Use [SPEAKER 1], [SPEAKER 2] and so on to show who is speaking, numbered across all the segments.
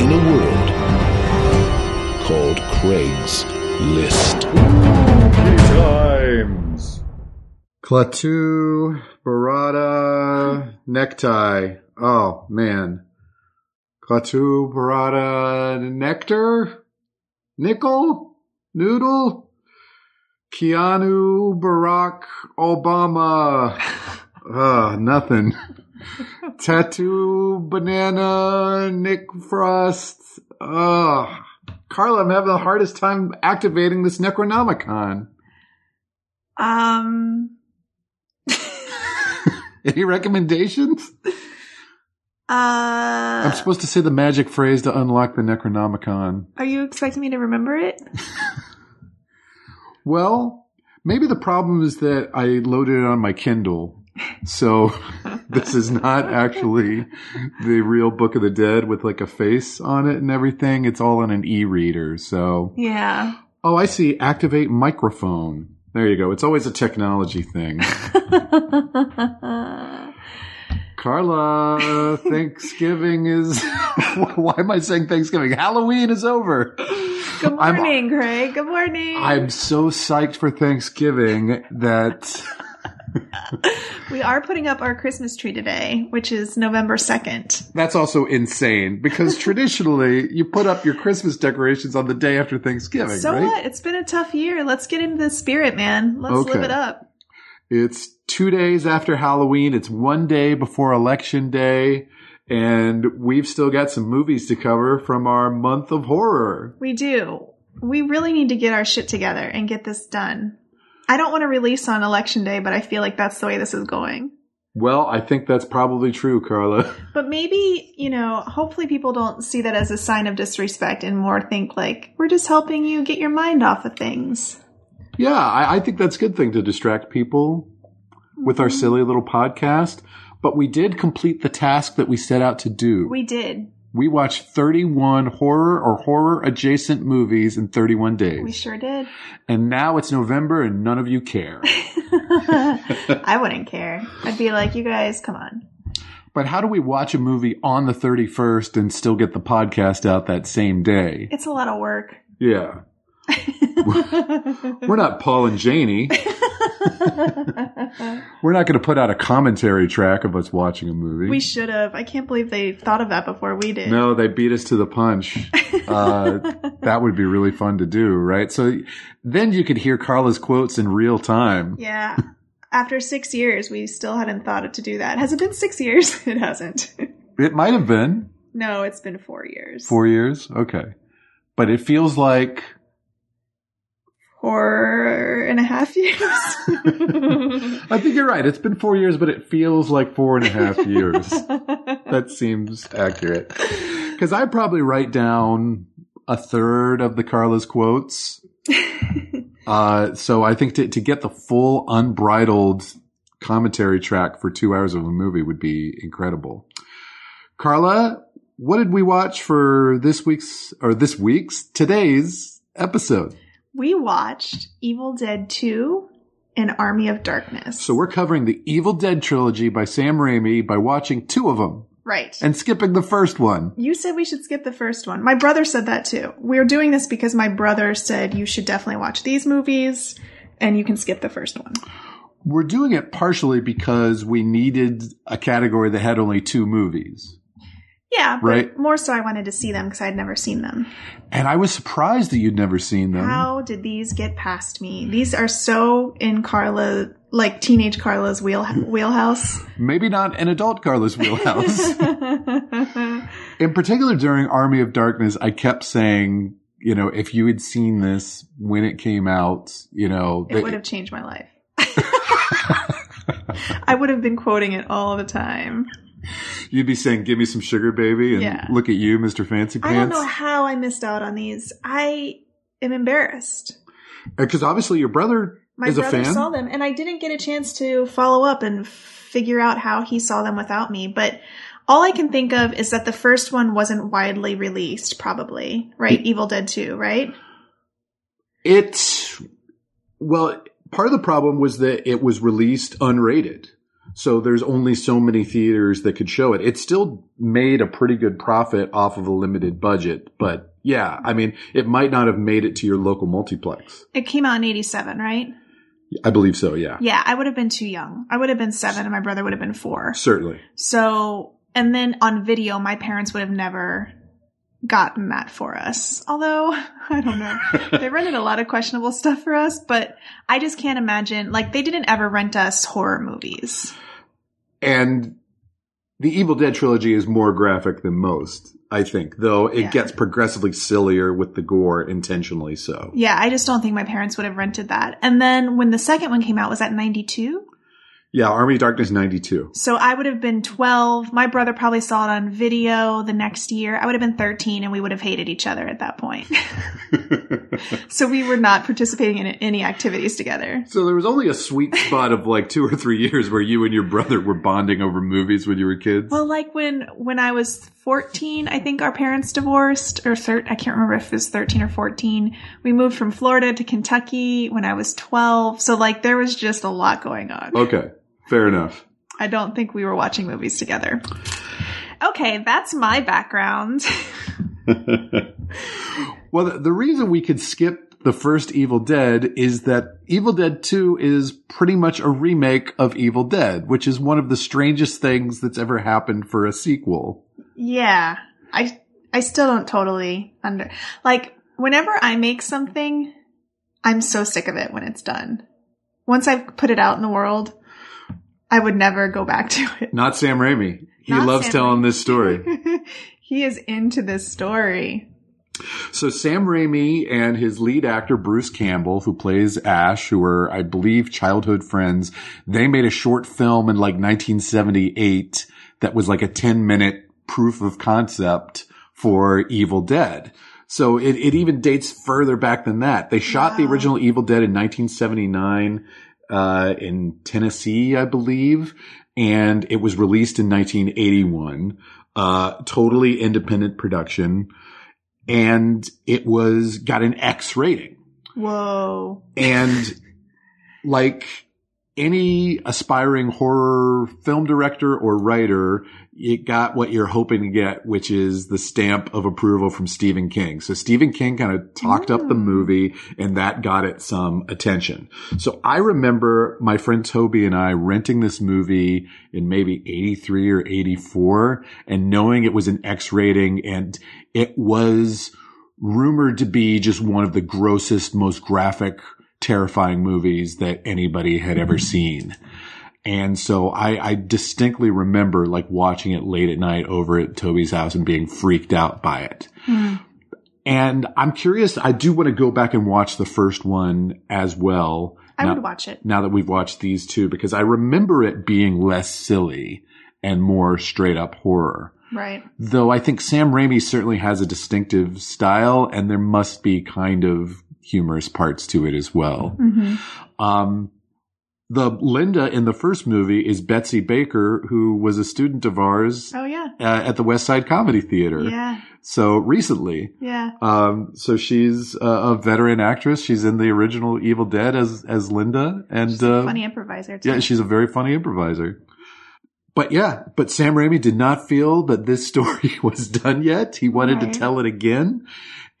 [SPEAKER 1] in a world called Craig's List.
[SPEAKER 2] Three times.
[SPEAKER 3] Klaatu, Barada, Necktie. Oh, man. Klaatu, Barada, Nectar? Nickel? Noodle? Keanu, Barack, Obama. Uh, nothing. Tattoo, banana, Nick Frost. Ugh. Carla, I'm having the hardest time activating this Necronomicon.
[SPEAKER 4] Um,
[SPEAKER 3] Any recommendations?
[SPEAKER 4] uh,
[SPEAKER 3] I'm supposed to say the magic phrase to unlock the Necronomicon.
[SPEAKER 4] are you expecting me to remember it?
[SPEAKER 3] Well, maybe the problem is that I loaded it on my Kindle. So this is not actually the real Book of the Dead with like a face on it and everything. It's all on an e-reader. So,
[SPEAKER 4] Yeah.
[SPEAKER 3] oh, I see. Activate microphone. There you go. It's always a technology thing. Carla, Thanksgiving is. Why am I saying Thanksgiving? Halloween is over.
[SPEAKER 4] Good
[SPEAKER 3] I'm-
[SPEAKER 4] morning, Craig. Good morning.
[SPEAKER 3] I'm so psyched for Thanksgiving that
[SPEAKER 4] we are putting up our Christmas tree today, which is November 2nd.
[SPEAKER 3] that's also insane because traditionally you put up your Christmas decorations on the day after Thanksgiving,
[SPEAKER 4] So
[SPEAKER 3] right?
[SPEAKER 4] what? It's been a tough year. Let's get into the spirit, man. Let's
[SPEAKER 3] Okay.
[SPEAKER 4] live it up.
[SPEAKER 3] It's two days after Halloween. It's one day before Election Day. And we've still got some movies to cover from our month of horror.
[SPEAKER 4] We do. We really need to get our shit together and get this done. I don't want to release on election day, but I feel like that's the way this is going.
[SPEAKER 3] Well, I think that's probably true, Carla.
[SPEAKER 4] But maybe, you know, hopefully people don't see that as a sign of disrespect and more think like, we're just helping you get your mind off of things.
[SPEAKER 3] Yeah, I, I think that's a good thing to distract people with our silly little podcast. But we did complete the task that we set out to do.
[SPEAKER 4] We did.
[SPEAKER 3] We watched 31 horror or horror adjacent movies in
[SPEAKER 4] We
[SPEAKER 3] 31 days.
[SPEAKER 4] sure did.
[SPEAKER 3] And now it's November and none of you care.
[SPEAKER 4] I wouldn't care. I'd be like, you guys, come on.
[SPEAKER 3] but how do we watch a movie on the 31st and still get the podcast out that same day?
[SPEAKER 4] It's a lot of work.
[SPEAKER 3] Yeah. We're not Paul and Janie. We're not going to put out a commentary track of us watching a movie.
[SPEAKER 4] we should have. I can't believe they thought of that before we did.
[SPEAKER 3] No, they beat us to the punch. Uh, that would be really fun to do, right? So then you could hear Carla's quotes in real time.
[SPEAKER 4] Yeah. After six years, we still hadn't thought to do that. Has it been six years? It hasn't.
[SPEAKER 3] It might have been
[SPEAKER 4] no, it's been four years.
[SPEAKER 3] four years. Okay. But it feels like
[SPEAKER 4] Four and a half years.
[SPEAKER 3] I think you're right. It's been four years, but it feels like four and a half years. that seems accurate. Because I probably write down a third of the Carla's quotes. Uh, so I think to, to get the full unbridled commentary track for two hours of a movie would be incredible. Carla, what did we watch for this week's or this week's today's episode?
[SPEAKER 4] we watched Evil Dead 2 and Army of Darkness.
[SPEAKER 3] So we're covering the Evil Dead trilogy by Sam Raimi by watching two of them
[SPEAKER 4] right.
[SPEAKER 3] and skipping the first one.
[SPEAKER 4] you said we should skip the first one. My brother said that too. We're doing this because my brother said you should definitely watch these movies and you can skip the first one.
[SPEAKER 3] We're doing it partially because we needed a category that had only two movies.
[SPEAKER 4] Yeah, but
[SPEAKER 3] Right.
[SPEAKER 4] more so I wanted to see them because I'd never seen them.
[SPEAKER 3] And I was surprised that you'd never seen them.
[SPEAKER 4] How did these get past me? These are so in Carla, like teenage Carla's wheel, wheelhouse.
[SPEAKER 3] Maybe not an adult Carlos Wheelhouse. In particular, during Army of Darkness, I kept saying, you know, if you had seen this when it came out, you know,
[SPEAKER 4] It would have changed my life. I would have been quoting it all the time.
[SPEAKER 3] You'd be saying, "Give me some sugar, baby," and
[SPEAKER 4] Yeah.
[SPEAKER 3] look at you, Mister Fancy
[SPEAKER 4] I don't
[SPEAKER 3] Pants,
[SPEAKER 4] know how I missed out on these. I am embarrassed.
[SPEAKER 3] because obviously your brother
[SPEAKER 4] My
[SPEAKER 3] is a
[SPEAKER 4] brother
[SPEAKER 3] fan.
[SPEAKER 4] saw them, and I didn't get a chance to follow up and figure out how he saw them without me. But all I can think of is that the first one wasn't widely released, probably, right? Evil Dead 2, right?
[SPEAKER 3] It well, part of the problem was that it was released unrated. So there's only so many theaters that could show it. It still made a pretty good profit off of a limited budget, but yeah, I mean, it might not have made it to your local multiplex.
[SPEAKER 4] It came out in 87, right?
[SPEAKER 3] I believe so, yeah.
[SPEAKER 4] Yeah, I would have been too young. I would have been seven, and my brother would have been four.
[SPEAKER 3] Certainly.
[SPEAKER 4] So, and then on video, my parents would have never gotten that for us. Although, I don't know. they rented a lot of questionable stuff for us, but I just can't imagine. Like, they didn't ever rent us horror movies.
[SPEAKER 3] And the Evil Dead trilogy is more graphic than most, I think, though it
[SPEAKER 4] Yeah.
[SPEAKER 3] gets progressively sillier with the gore intentionally so.
[SPEAKER 4] Yeah, I just don't think my parents would have rented that. And then when the second one came out, was that 92?
[SPEAKER 3] Yeah, Army of Darkness 92.
[SPEAKER 4] So I would have been 12. My brother probably saw it on video the next year. I would have been 13 and we would have hated each other at that point. so we were not participating in any activities together.
[SPEAKER 3] So there was only a sweet spot of like two or three years where you and your brother were bonding over movies when you were kids.
[SPEAKER 4] Well, like when when I was 14, I think our parents divorced or thir- I can't remember if it was 13 or 14. We moved from Florida to Kentucky when I was 12. So like there was just a lot going on.
[SPEAKER 3] okay, fair enough.
[SPEAKER 4] I don't think we were watching movies together. Okay, that's my background.
[SPEAKER 3] Well, the- the reason we could skip the first Evil Dead is that Evil Dead 2 is pretty much a remake of Evil Dead, which is one of the strangest things that's ever happened for a sequel.
[SPEAKER 4] Yeah. I I still don't totally under like whenever I make something, I'm so sick of it when it's done. Once I've put it out in the world, I would never go back to it.
[SPEAKER 3] Not Sam Raimi. He
[SPEAKER 4] Not
[SPEAKER 3] loves
[SPEAKER 4] Sam
[SPEAKER 3] telling this story.
[SPEAKER 4] he is into this story.
[SPEAKER 3] So Sam Raimi and his lead actor Bruce Campbell, who plays Ash, who were, I believe, childhood friends, they made a short film in like 1978 that was like a 10 minute proof of concept for Evil Dead. So it, it even dates further back than that. They shot the
[SPEAKER 4] Wow.
[SPEAKER 3] original Evil Dead in 1979 uh, in Tennessee, I believe, and it was released in 1981. Uh, totally independent production, and it was got an X rating.
[SPEAKER 4] Whoa.
[SPEAKER 3] And like any aspiring horror film director or writer, it got what you're hoping to get, which is the stamp of approval from Stephen King. So Stephen King kind of talked up the
[SPEAKER 4] Mm.
[SPEAKER 3] movie and that got it some attention. So I remember my friend Toby and I renting this movie in maybe 83 or 84 and knowing it was an X rating and it was rumored to be just one of the grossest, most graphic, terrifying movies that anybody had ever seen. And so I, I distinctly remember like watching it late at night over at Toby's house and being freaked out by it.
[SPEAKER 4] Hmm.
[SPEAKER 3] And I'm curious, I do want to go back and watch the first one as well.
[SPEAKER 4] I
[SPEAKER 3] now,
[SPEAKER 4] would watch it.
[SPEAKER 3] now that we've watched these two, because I remember it being less silly and more straight up horror
[SPEAKER 4] Right.
[SPEAKER 3] though I think Sam Raimi certainly has a distinctive style, and there must be kind of humorous parts to it as well.
[SPEAKER 4] hmm
[SPEAKER 3] Um, the Linda in the first movie is Betsy Baker, who was a student of ours
[SPEAKER 4] Oh yeah.
[SPEAKER 3] uh, at the West Side Comedy Theater.
[SPEAKER 4] Yeah.
[SPEAKER 3] So recently,
[SPEAKER 4] Yeah.
[SPEAKER 3] um, so she's a, a veteran actress. She's in the original Evil Dead as as Linda, and
[SPEAKER 4] She's a
[SPEAKER 3] uh,
[SPEAKER 4] funny improviser too.
[SPEAKER 3] yeah, she's a very funny improviser. But yeah, but Sam Raimi did not feel that this story was done yet. He wanted
[SPEAKER 4] Right.
[SPEAKER 3] to tell it again.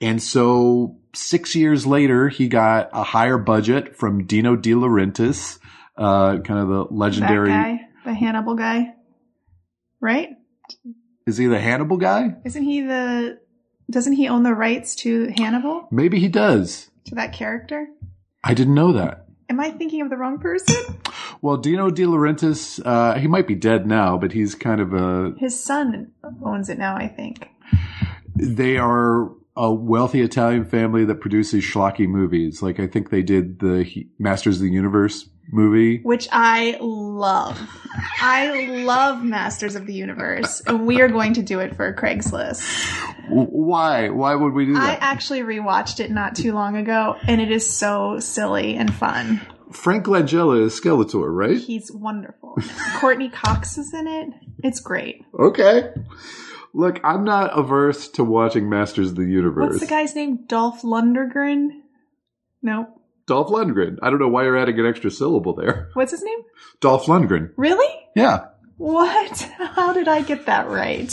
[SPEAKER 3] And so six years later, he got a higher budget from Dino De Laurentiis, uh, kind of the legendary.
[SPEAKER 4] That guy, the Hannibal guy. Right?
[SPEAKER 3] Is he the Hannibal guy?
[SPEAKER 4] Isn't he the? Doesn't he own the rights to Hannibal
[SPEAKER 3] Maybe he does.
[SPEAKER 4] to that character?
[SPEAKER 3] I didn't know that.
[SPEAKER 4] Am I thinking of the wrong person?
[SPEAKER 3] Well, Dino De Laurentiis, uh, he might be dead now, but he's kind of a
[SPEAKER 4] His son owns it now, I think.
[SPEAKER 3] they are a wealthy Italian family that produces schlocky movies. Like I think they did the he- Masters of the Universe movie.
[SPEAKER 4] which I love. I love Masters of the Universe, and we are going to do it for Craigslist.
[SPEAKER 3] W- Why? Why would we do
[SPEAKER 4] I
[SPEAKER 3] that?
[SPEAKER 4] actually rewatched it not too long ago, and it is so silly and fun.
[SPEAKER 3] Frank Langella is Skeletor, right?
[SPEAKER 4] He's wonderful. Courtney Cox is in it. It's great.
[SPEAKER 3] Okay. Look, I'm not averse to watching Masters of the Universe.
[SPEAKER 4] What's the guy's name? Dolph Lundgren? Nope.
[SPEAKER 3] Dolph Lundgren. I don't know why you're adding an extra syllable there.
[SPEAKER 4] What's his name?
[SPEAKER 3] Dolph Lundgren.
[SPEAKER 4] Really?
[SPEAKER 3] Yeah.
[SPEAKER 4] What? How did I get that right?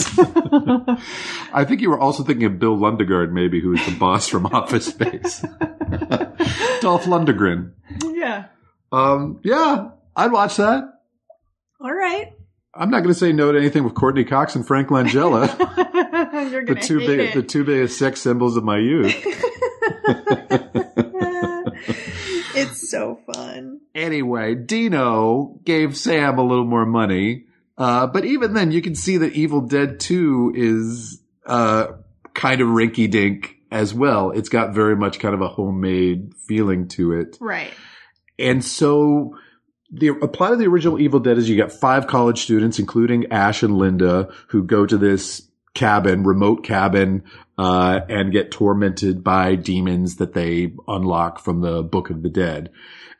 [SPEAKER 3] I think you were also thinking of Bill Lundegaard, maybe, who is the boss from Office Space. Dolph Lundgren.
[SPEAKER 4] yeah.
[SPEAKER 3] Um, yeah, I'd watch that.
[SPEAKER 4] All right.
[SPEAKER 3] I'm not going to say no to anything with Courtney Cox and Frank Langella,
[SPEAKER 4] You're
[SPEAKER 3] the
[SPEAKER 4] gonna
[SPEAKER 3] two
[SPEAKER 4] hate
[SPEAKER 3] big,
[SPEAKER 4] it.
[SPEAKER 3] the two biggest sex symbols of my youth.
[SPEAKER 4] it's so fun.
[SPEAKER 3] anyway, Dino gave Sam a little more money, uh, but even then, you can see that Evil Dead Two is uh, kind of rinky-dink as well. It's got very much kind of a homemade feeling to it.
[SPEAKER 4] Right.
[SPEAKER 3] And so the a plot of the original Evil Dead is you got five college students, including Ash and Linda, who go to this cabin, remote cabin, uh, and get tormented by demons that they unlock from the Book of the Dead.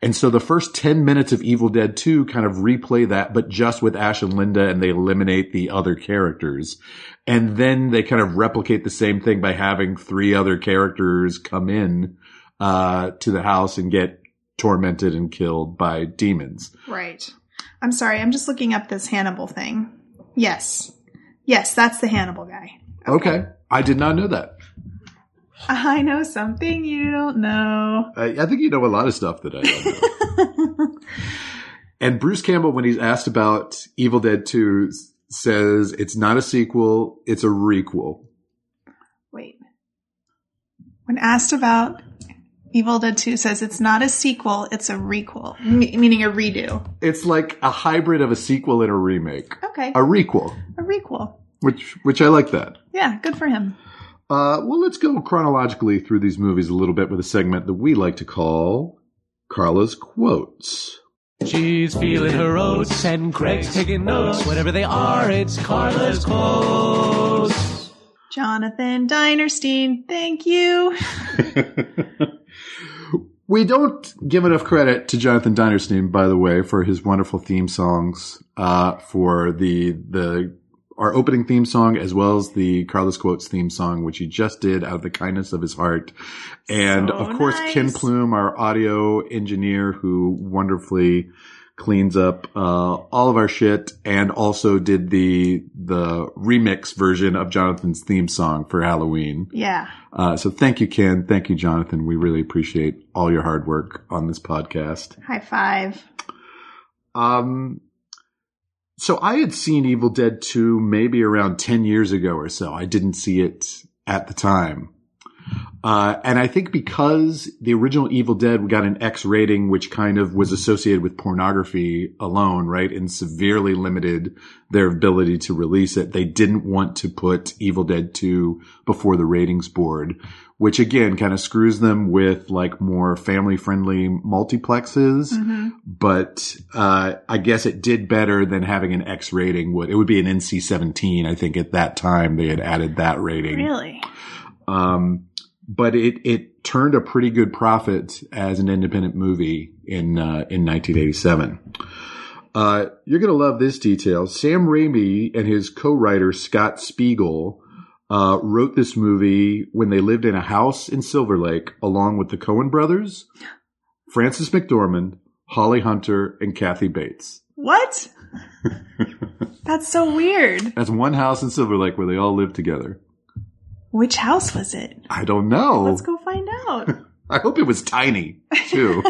[SPEAKER 3] And so the first 10 minutes of Evil Dead 2 kind of replay that, but just with Ash and Linda and they eliminate the other characters. And then they kind of replicate the same thing by having three other characters come in, uh, to the house and get tormented and killed by demons.
[SPEAKER 4] Right. I'm sorry. I'm just looking up this Hannibal thing. Yes. Yes, that's the Hannibal guy.
[SPEAKER 3] Okay. I did not know that.
[SPEAKER 4] I know something you don't know.
[SPEAKER 3] I, I think you know a lot of stuff that I don't know. and Bruce Campbell, when he's asked about Evil Dead 2, s- says it's not a sequel, it's a requel.
[SPEAKER 4] Wait. When asked about Evil Dead 2 says it's not a sequel, it's a requel, m- meaning a redo.
[SPEAKER 3] It's like a hybrid of a sequel and a remake.
[SPEAKER 4] Okay.
[SPEAKER 3] A requel,
[SPEAKER 4] A requel.
[SPEAKER 3] which which I like that.
[SPEAKER 4] Yeah, good for him.
[SPEAKER 3] Uh, well, let's go chronologically through these movies a little bit with a segment that we like to call Carla's Quotes.
[SPEAKER 5] She's feeling her oats, and Craig's taking notes. Whatever they are, it's Carla's quotes.
[SPEAKER 4] Jonathan Dinerstein, thank you.
[SPEAKER 3] We don't give enough credit to Jonathan Dinerstein, by the way, for his wonderful theme songs uh, for the the our opening theme song as well as the Carlos Quotes theme song, which he just did out of the kindness of his heart. And
[SPEAKER 4] So
[SPEAKER 3] of course, Ken
[SPEAKER 4] nice.
[SPEAKER 3] Plume, our audio engineer, who wonderfully cleans up uh, all of our shit, and also did the the remix version of Jonathan's theme song for Halloween.
[SPEAKER 4] Yeah.
[SPEAKER 3] Uh, so thank you, Ken. Thank you, Jonathan. We really appreciate all your hard work on this podcast.
[SPEAKER 4] High five.
[SPEAKER 3] Um, so I had seen Evil Dead 2 maybe around 10 years ago or so. I didn't see it at the time. Uh, and I think because the original Evil Dead got an X rating, which kind of was associated with pornography alone, right? And severely limited their ability to release it. They didn't want to put Evil Dead 2 before the ratings board, which again kind of screws them with like more family friendly multiplexes
[SPEAKER 4] hmm
[SPEAKER 3] but uh, I guess it did better than having an X rating would. It would be an NC-17, I think. At that time, they had added that rating.
[SPEAKER 4] Really?
[SPEAKER 3] Um, but it it turned a pretty good profit as an independent movie in uh, in 1987. Uh, you're gonna love this detail. Sam Raimi and his co-writer Scott Spiegel uh, wrote this movie when they lived in a house in Silver Lake, along with the Cohen brothers, Francis McDormand, Holly Hunter, and Kathy Bates.
[SPEAKER 4] What? That's so weird.
[SPEAKER 3] That's one house in Silver Lake where they all lived together.
[SPEAKER 4] Which house was it?
[SPEAKER 3] I don't know.
[SPEAKER 4] Let's go find out.
[SPEAKER 3] I hope it was tiny too.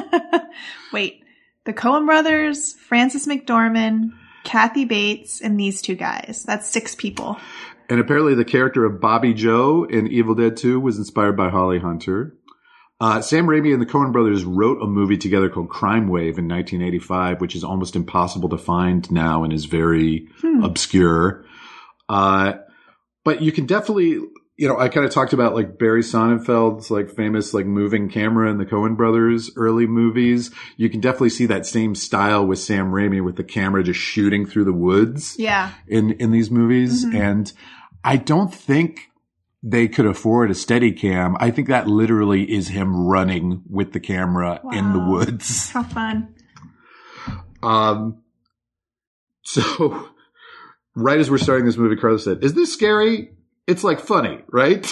[SPEAKER 4] Wait. The Coen brothers, Francis McDormand, Kathy Bates, and these two guys. That's six people.
[SPEAKER 3] And apparently, the character of Bobby Joe in Evil Dead 2 was inspired by Holly Hunter. Uh, Sam Raimi and the Coen brothers wrote a movie together called Crime Wave in 1985, which is almost impossible to find now and is very
[SPEAKER 4] Hmm.
[SPEAKER 3] obscure. Uh, but you can definitely you know, I kind of talked about like Barry Sonnenfeld's like famous like moving camera in the Coen brothers early movies. You can definitely see that same style with Sam Raimi with the camera just shooting through the woods
[SPEAKER 4] Yeah.
[SPEAKER 3] in in these movies
[SPEAKER 4] Mhm.
[SPEAKER 3] and I don't think they could afford a steady cam. I think that literally is him running with the camera in the
[SPEAKER 4] Wow.
[SPEAKER 3] woods.
[SPEAKER 4] How fun.
[SPEAKER 3] Um, so, right as we're starting this movie, Carlos said, "Is this scary? It's like funny, right?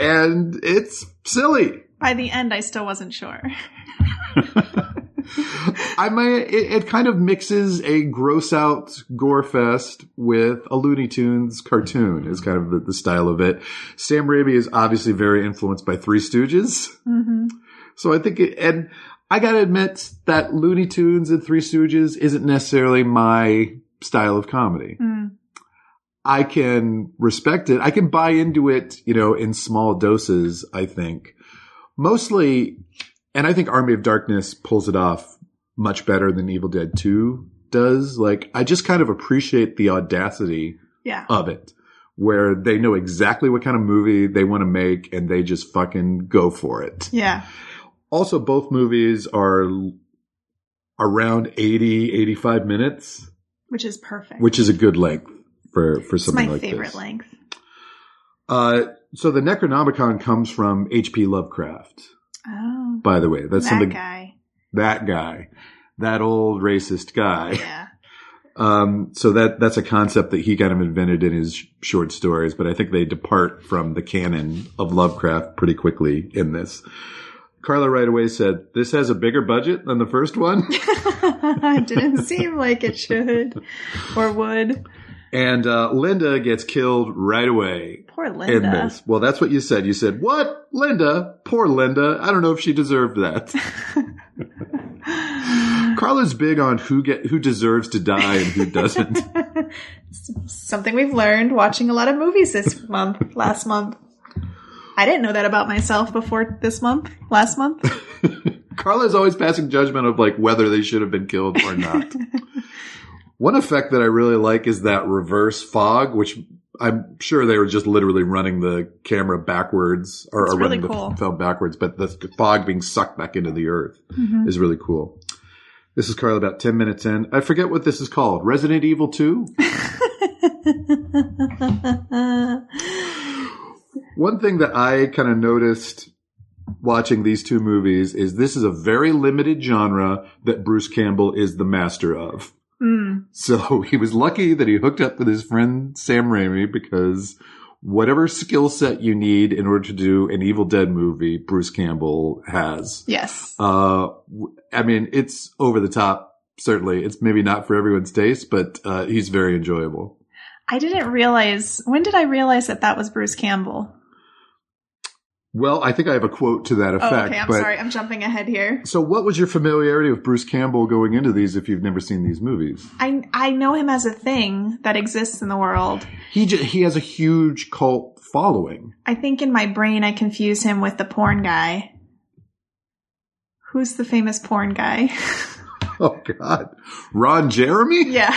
[SPEAKER 3] and it's silly.
[SPEAKER 4] By the end, I still wasn't sure.
[SPEAKER 3] I mean, it, it kind of mixes a gross out gore fest with a Looney Tunes cartoon. Is kind of the, the style of it. Sam Raimi is obviously very influenced by Three Stooges."
[SPEAKER 4] Mm-hmm.
[SPEAKER 3] So I think, it, and I gotta admit that Looney Tunes and Three Stooges isn't necessarily my style of comedy.
[SPEAKER 4] Mm.
[SPEAKER 3] I can respect it. I can buy into it, you know, in small doses, I think. Mostly, and I think Army of Darkness pulls it off much better than Evil Dead 2 does. Like, I just kind of appreciate the audacity
[SPEAKER 4] Yeah.
[SPEAKER 3] of it where they know exactly what kind of movie they want to make and they just fucking go for it
[SPEAKER 4] Yeah.
[SPEAKER 3] also both movies are l- around 80 85 minutes
[SPEAKER 4] Which is perfect.
[SPEAKER 3] which is a good length for for
[SPEAKER 4] it's
[SPEAKER 3] something
[SPEAKER 4] my
[SPEAKER 3] like
[SPEAKER 4] favorite
[SPEAKER 3] this.
[SPEAKER 4] length.
[SPEAKER 3] uh so the necronomicon comes from hp lovecraft
[SPEAKER 4] Oh.
[SPEAKER 3] by the way that's
[SPEAKER 4] that
[SPEAKER 3] something
[SPEAKER 4] guy.
[SPEAKER 3] that guy that old racist guy
[SPEAKER 4] Yeah.
[SPEAKER 3] um so that that's a concept that he kind of invented in his sh- short stories but i think they depart from the canon of lovecraft pretty quickly in this carla right away said this has a bigger budget than the first one
[SPEAKER 4] it didn't seem like it should or would.
[SPEAKER 3] And uh, Linda gets killed right away
[SPEAKER 4] Poor
[SPEAKER 3] in
[SPEAKER 4] Linda.
[SPEAKER 3] this. Well, that's what you said. You said, What? Linda? Poor Linda. I don't know if she deserved that. Carla's big on who get who deserves to die and who doesn't.
[SPEAKER 4] Something we've learned watching a lot of movies this month, last month. I didn't know that about myself before this month, last month.
[SPEAKER 3] Carla's always passing judgment of like whether they should have been killed or not. One effect that I really like is that reverse fog, which I'm sure they were just literally running the camera backwards or,
[SPEAKER 4] It's
[SPEAKER 3] or
[SPEAKER 4] really
[SPEAKER 3] running
[SPEAKER 4] cool.
[SPEAKER 3] the film backwards, but the fog being sucked back into the earth.
[SPEAKER 4] Mhm.
[SPEAKER 3] is really cool. This is Carl about 10 minutes in. I forget what this is called. Resident Evil 2? One thing that I kind of noticed watching these two movies is this is a very limited genre that Bruce Campbell is the master of.
[SPEAKER 4] Mm.
[SPEAKER 3] So he was lucky that he hooked up with his friend Sam Raimi because whatever skill set you need in order to do an Evil Dead movie, Bruce Campbell has.
[SPEAKER 4] Yes.
[SPEAKER 3] Uh, w- I mean, it's over the top. Certainly, it's maybe not for everyone's taste, but uh, he's very enjoyable.
[SPEAKER 4] I didn't realize. When did I realize that that was Bruce Campbell?
[SPEAKER 3] Well, I think I have a quote to that effect.
[SPEAKER 4] oh, okay. I'm
[SPEAKER 3] but-
[SPEAKER 4] sorry. I'm jumping ahead here.
[SPEAKER 3] So, what was your familiarity with Bruce Campbell going into these? If you've never seen these movies,
[SPEAKER 4] I I know him as a thing that exists in the world.
[SPEAKER 3] he j- he has a huge cult following.
[SPEAKER 4] I think in my brain I confuse him with the porn guy. Who's the famous porn guy?
[SPEAKER 3] Oh God, Ron Jeremy?
[SPEAKER 4] yeah.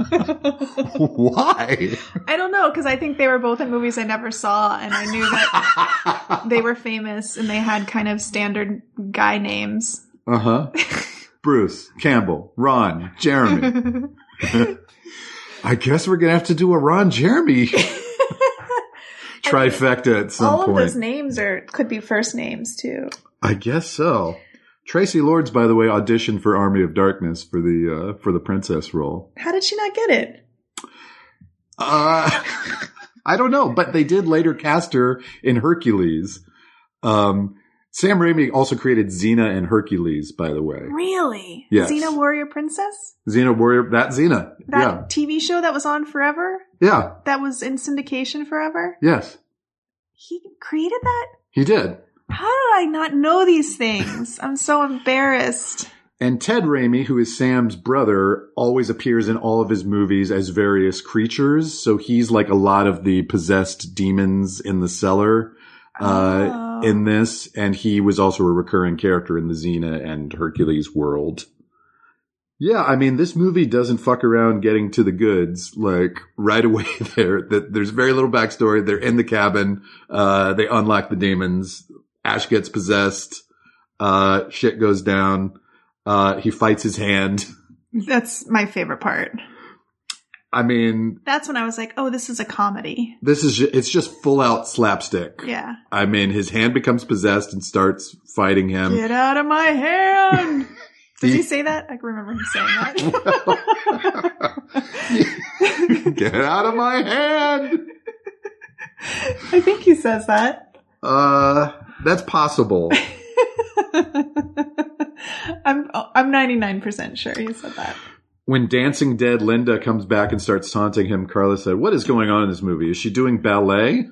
[SPEAKER 3] Why?
[SPEAKER 4] I don't know because I think they were both in movies I never saw, and I knew that
[SPEAKER 3] uh
[SPEAKER 4] they were famous and they had kind of standard guy names.
[SPEAKER 3] huh. Bruce Campbell, Ron Jeremy. I guess we're gonna have to do a Ron Jeremy trifecta at some
[SPEAKER 4] All of
[SPEAKER 3] point.
[SPEAKER 4] those names are could be first names too.
[SPEAKER 3] I guess so. Tracy Lords, by the way, auditioned for Army of Darkness for the uh, for the princess role.
[SPEAKER 4] How did she not get it?
[SPEAKER 3] Uh, I don't know, but they did later cast her in Hercules. Um, Sam Raimi also created Xena and Hercules, by the way.
[SPEAKER 4] Really?
[SPEAKER 3] Yes.
[SPEAKER 4] Xena Warrior Princess?
[SPEAKER 3] Xena Warrior, that Xena.
[SPEAKER 4] That TV show that was on forever?
[SPEAKER 3] yeah. Yeah.
[SPEAKER 4] That was in syndication forever?
[SPEAKER 3] Yes.
[SPEAKER 4] He created that?
[SPEAKER 3] He did.
[SPEAKER 4] How did I not know these things? I'm so embarrassed.
[SPEAKER 3] And Ted Raimi, who is Sam's brother, always appears in all of his movies as various creatures. So he's like a lot of the possessed demons in the cellar uh,
[SPEAKER 4] Oh.
[SPEAKER 3] in this. And he was also a recurring character in the Xena and Hercules world. Yeah, I mean, this movie doesn't fuck around getting to the goods like right away. There, that there's very little backstory. They're in the cabin. Uh, they unlock the demons. Ash gets possessed. Uh, shit goes down. Uh, he fights his hand.
[SPEAKER 4] That's my favorite part.
[SPEAKER 3] I mean,
[SPEAKER 4] That's when I was like, oh, this is a comedy.
[SPEAKER 3] this is ju- it's just full out slapstick.
[SPEAKER 4] Yeah.
[SPEAKER 3] I mean, his hand becomes possessed and starts fighting him.
[SPEAKER 4] Get out of my hand! Did
[SPEAKER 3] He-
[SPEAKER 4] he say that? I remember him saying that.
[SPEAKER 3] Get out of my hand!
[SPEAKER 4] I think he says that.
[SPEAKER 3] Uh, that's possible.
[SPEAKER 4] I'm I'm 99% sure he said that.
[SPEAKER 3] When Dancing Dead Linda comes back and starts taunting him, Carla said, What is going on in this movie? Is she doing ballet?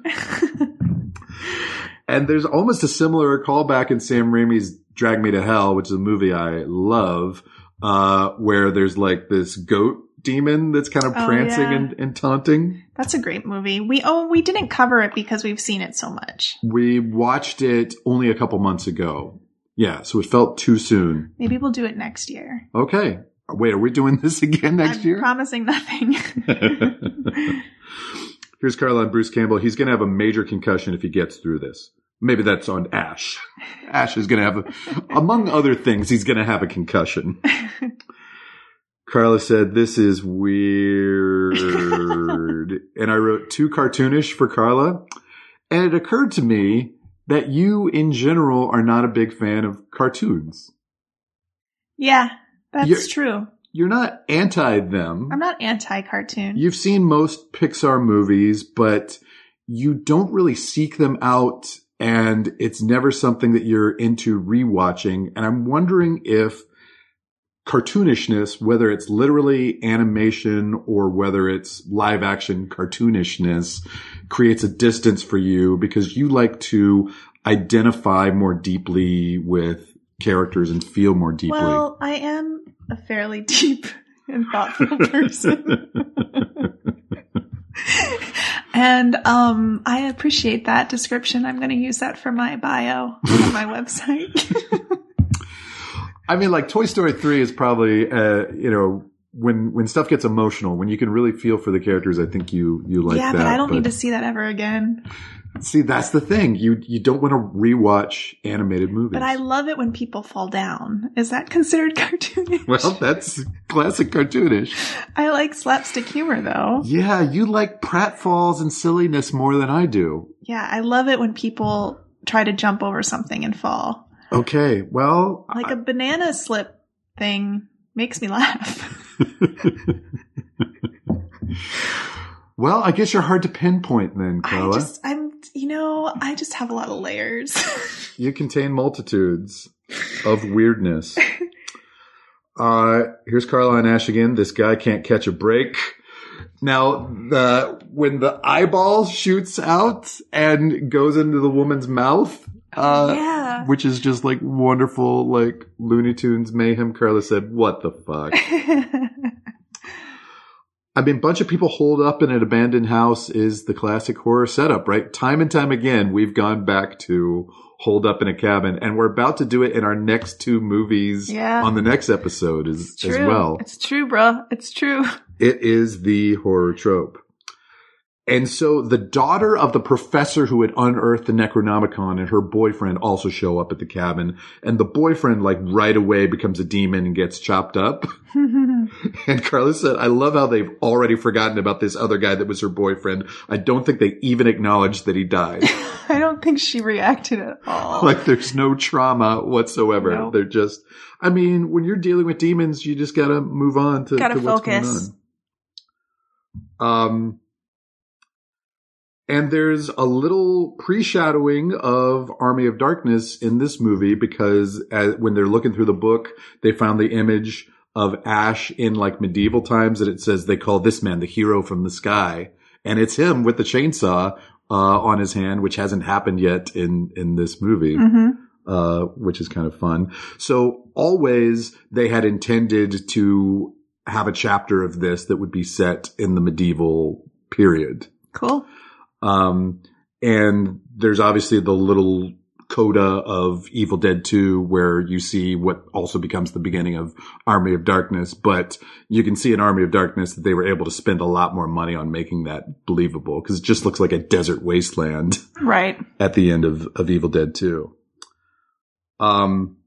[SPEAKER 3] and there's almost a similar callback in Sam Raimi's Drag Me to Hell, which is a movie I love, uh, where there's like this goat demon that's kind of
[SPEAKER 4] Oh,
[SPEAKER 3] prancing
[SPEAKER 4] yeah.
[SPEAKER 3] and, and taunting.
[SPEAKER 4] That's a great movie. We oh we didn't cover it because we've seen it so much.
[SPEAKER 3] We watched it only a couple months ago. Yeah, so it felt too soon.
[SPEAKER 4] Maybe we'll do it next year.
[SPEAKER 3] Okay. Wait, are we doing this again next
[SPEAKER 4] I'm
[SPEAKER 3] year?
[SPEAKER 4] promising nothing.
[SPEAKER 3] Here's Caroline Bruce Campbell. He's going to have a major concussion if he gets through this. Maybe that's on Ash. Ash is going to have, a, among other things, he's going to have a concussion. Carla said, This is weird. and I wrote too cartoonish for Carla. And it occurred to me that you, in general, are not a big fan of cartoons.
[SPEAKER 4] yeah, that's
[SPEAKER 3] You're-
[SPEAKER 4] true.
[SPEAKER 3] You're not anti them.
[SPEAKER 4] I'm not anti-cartoon.
[SPEAKER 3] You've seen most Pixar movies, but you don't really seek them out and it's never something that you're into rewatching. And I'm wondering if cartoonishness, whether it's literally animation or whether it's live action cartoonishness, creates a distance for you because you like to identify more deeply with characters and feel more deeply.
[SPEAKER 4] Well, I am a fairly deep and thoughtful person. and um, I appreciate that description. I'm going to use that for my bio on my website.
[SPEAKER 3] I mean, like Toy Story three is probably uh, you know when when stuff gets emotional, when you can really feel for the characters. I think you you like
[SPEAKER 4] yeah,
[SPEAKER 3] that.
[SPEAKER 4] but I don't need to see that ever again.
[SPEAKER 3] see. That's the thing. You you don't want to rewatch animated movies.
[SPEAKER 4] But I love it when people fall down. Is that considered cartoonish?
[SPEAKER 3] well, that's classic cartoonish.
[SPEAKER 4] I like slapstick humor though.
[SPEAKER 3] Yeah, you like pratfalls and silliness more than I do.
[SPEAKER 4] Yeah, I love it when people try to jump over something and fall.
[SPEAKER 3] Okay, well,
[SPEAKER 4] Like a banana slip thing makes me laugh.
[SPEAKER 3] well, I guess you're hard to pinpoint then,
[SPEAKER 4] I
[SPEAKER 3] Carla.
[SPEAKER 4] just, I'm, you know, I just have a lot of layers.
[SPEAKER 3] You contain multitudes of weirdness. uh, here's Caroline Ash again. This guy can't catch a break. Now, the when the eyeball shoots out and goes into the woman's mouth, uh,
[SPEAKER 4] yeah.
[SPEAKER 3] which is just like wonderful, like Looney Tunes mayhem. Carla said, "What the fuck." I mean, bunch of people holed up in an abandoned house is the classic horror setup, right? Time and time again, we've gone back to hold up in a cabin, and we're about to do it in our next two movies
[SPEAKER 4] Yeah.
[SPEAKER 3] on the next episode as, as well.
[SPEAKER 4] It's true, bruh. It's true.
[SPEAKER 3] It is the horror trope. And so the daughter of the professor who had unearthed the Necronomicon and her boyfriend also show up at the cabin. And the boyfriend, like, right away becomes a demon and gets chopped up. And Carlos said, I love how they've already forgotten about this other guy that was her boyfriend. I don't think they even acknowledged that he died.
[SPEAKER 4] I don't think she reacted at all.
[SPEAKER 3] like there's no trauma whatsoever.
[SPEAKER 4] No.
[SPEAKER 3] They're just, I mean, when you're dealing with demons, you just gotta move on to,
[SPEAKER 4] Gotta
[SPEAKER 3] to what's
[SPEAKER 4] focus.
[SPEAKER 3] going on. Um, and there's a little pre-shadowing of Army of Darkness in this movie because as, when they're looking through the book, they found the image of Ash in like medieval times, and it says they call this man the hero from the sky, and it's him with the chainsaw uh, on his hand, which hasn't happened yet in in this movie
[SPEAKER 4] hmm
[SPEAKER 3] uh, which is kind of fun. So always they had intended to have a chapter of this that would be set in the medieval period.
[SPEAKER 4] Cool.
[SPEAKER 3] Um, and there's obviously the little coda of Evil Dead 2 where you see what also becomes the beginning of Army of Darkness, but you can see in Army of Darkness that they were able to spend a lot more money on making that believable because it just looks like a desert wasteland
[SPEAKER 4] Right.
[SPEAKER 3] at the end of, of Evil Dead 2. Um,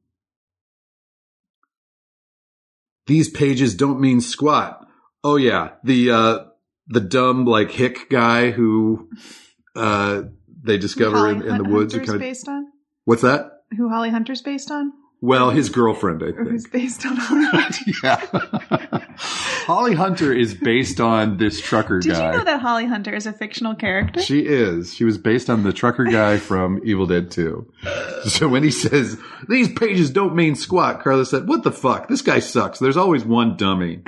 [SPEAKER 3] these pages don't mean squat. Oh yeah, the uh, the dumb like hick guy who uh, they discover
[SPEAKER 4] Holly
[SPEAKER 3] in, in the
[SPEAKER 4] Hun-
[SPEAKER 3] woods. Who
[SPEAKER 4] Hunter's
[SPEAKER 3] kind of
[SPEAKER 4] based on?
[SPEAKER 3] what's that?
[SPEAKER 4] Who Holly Hunter's based on?
[SPEAKER 3] Well, his girlfriend, I
[SPEAKER 4] Or
[SPEAKER 3] think.
[SPEAKER 4] who's based on Holly Hunter?
[SPEAKER 3] yeah, Holly Hunter is based on this trucker
[SPEAKER 4] Did
[SPEAKER 3] guy.
[SPEAKER 4] you know that Holly Hunter is a fictional character?
[SPEAKER 3] She is. She was based on the trucker guy from Evil Dead 2. So when he says, these pages don't mean squat, Carla said, what the fuck? This guy sucks. There's always one dummy.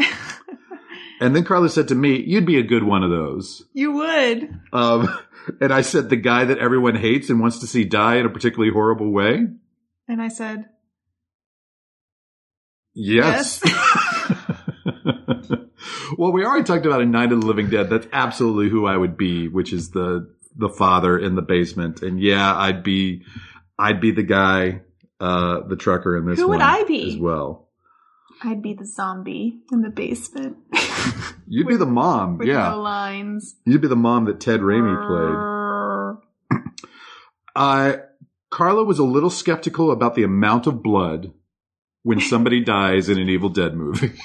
[SPEAKER 3] and then Carla said to me, you'd be a good one of those.
[SPEAKER 4] You would.
[SPEAKER 3] Um, and I said, the guy that everyone hates and wants to see die in a particularly horrible way?
[SPEAKER 4] And I said,
[SPEAKER 3] Yes. well, we already talked about in Night of the Living Dead. That's absolutely who I would be, which is the the father in the basement. And yeah, I'd be I'd be the guy, uh, the trucker in this
[SPEAKER 4] Who
[SPEAKER 3] one
[SPEAKER 4] would I be?
[SPEAKER 3] as well.
[SPEAKER 4] I'd be the zombie in the basement.
[SPEAKER 3] You'd be the mom,
[SPEAKER 4] With
[SPEAKER 3] yeah.
[SPEAKER 4] no lines.
[SPEAKER 3] You'd be the mom that Ted Raimi played. Uh, Carla was a little skeptical about the amount of blood when somebody dies in an Evil Dead movie.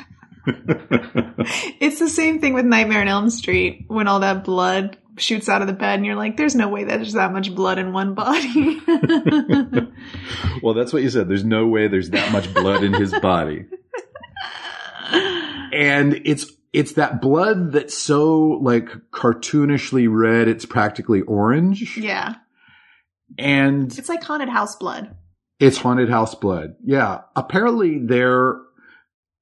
[SPEAKER 4] It's the same thing with Nightmare on Elm Street when all that blood shoots out of the bed and you're like, there's no way that there's that much blood in one body.
[SPEAKER 3] well, that's what you said. There's no way there's that much blood in his body. and it's it's that blood that's so like cartoonishly red it's practically orange
[SPEAKER 4] yeah.
[SPEAKER 3] and
[SPEAKER 4] It's like haunted house blood.
[SPEAKER 3] it's haunted house blood yeah apparently there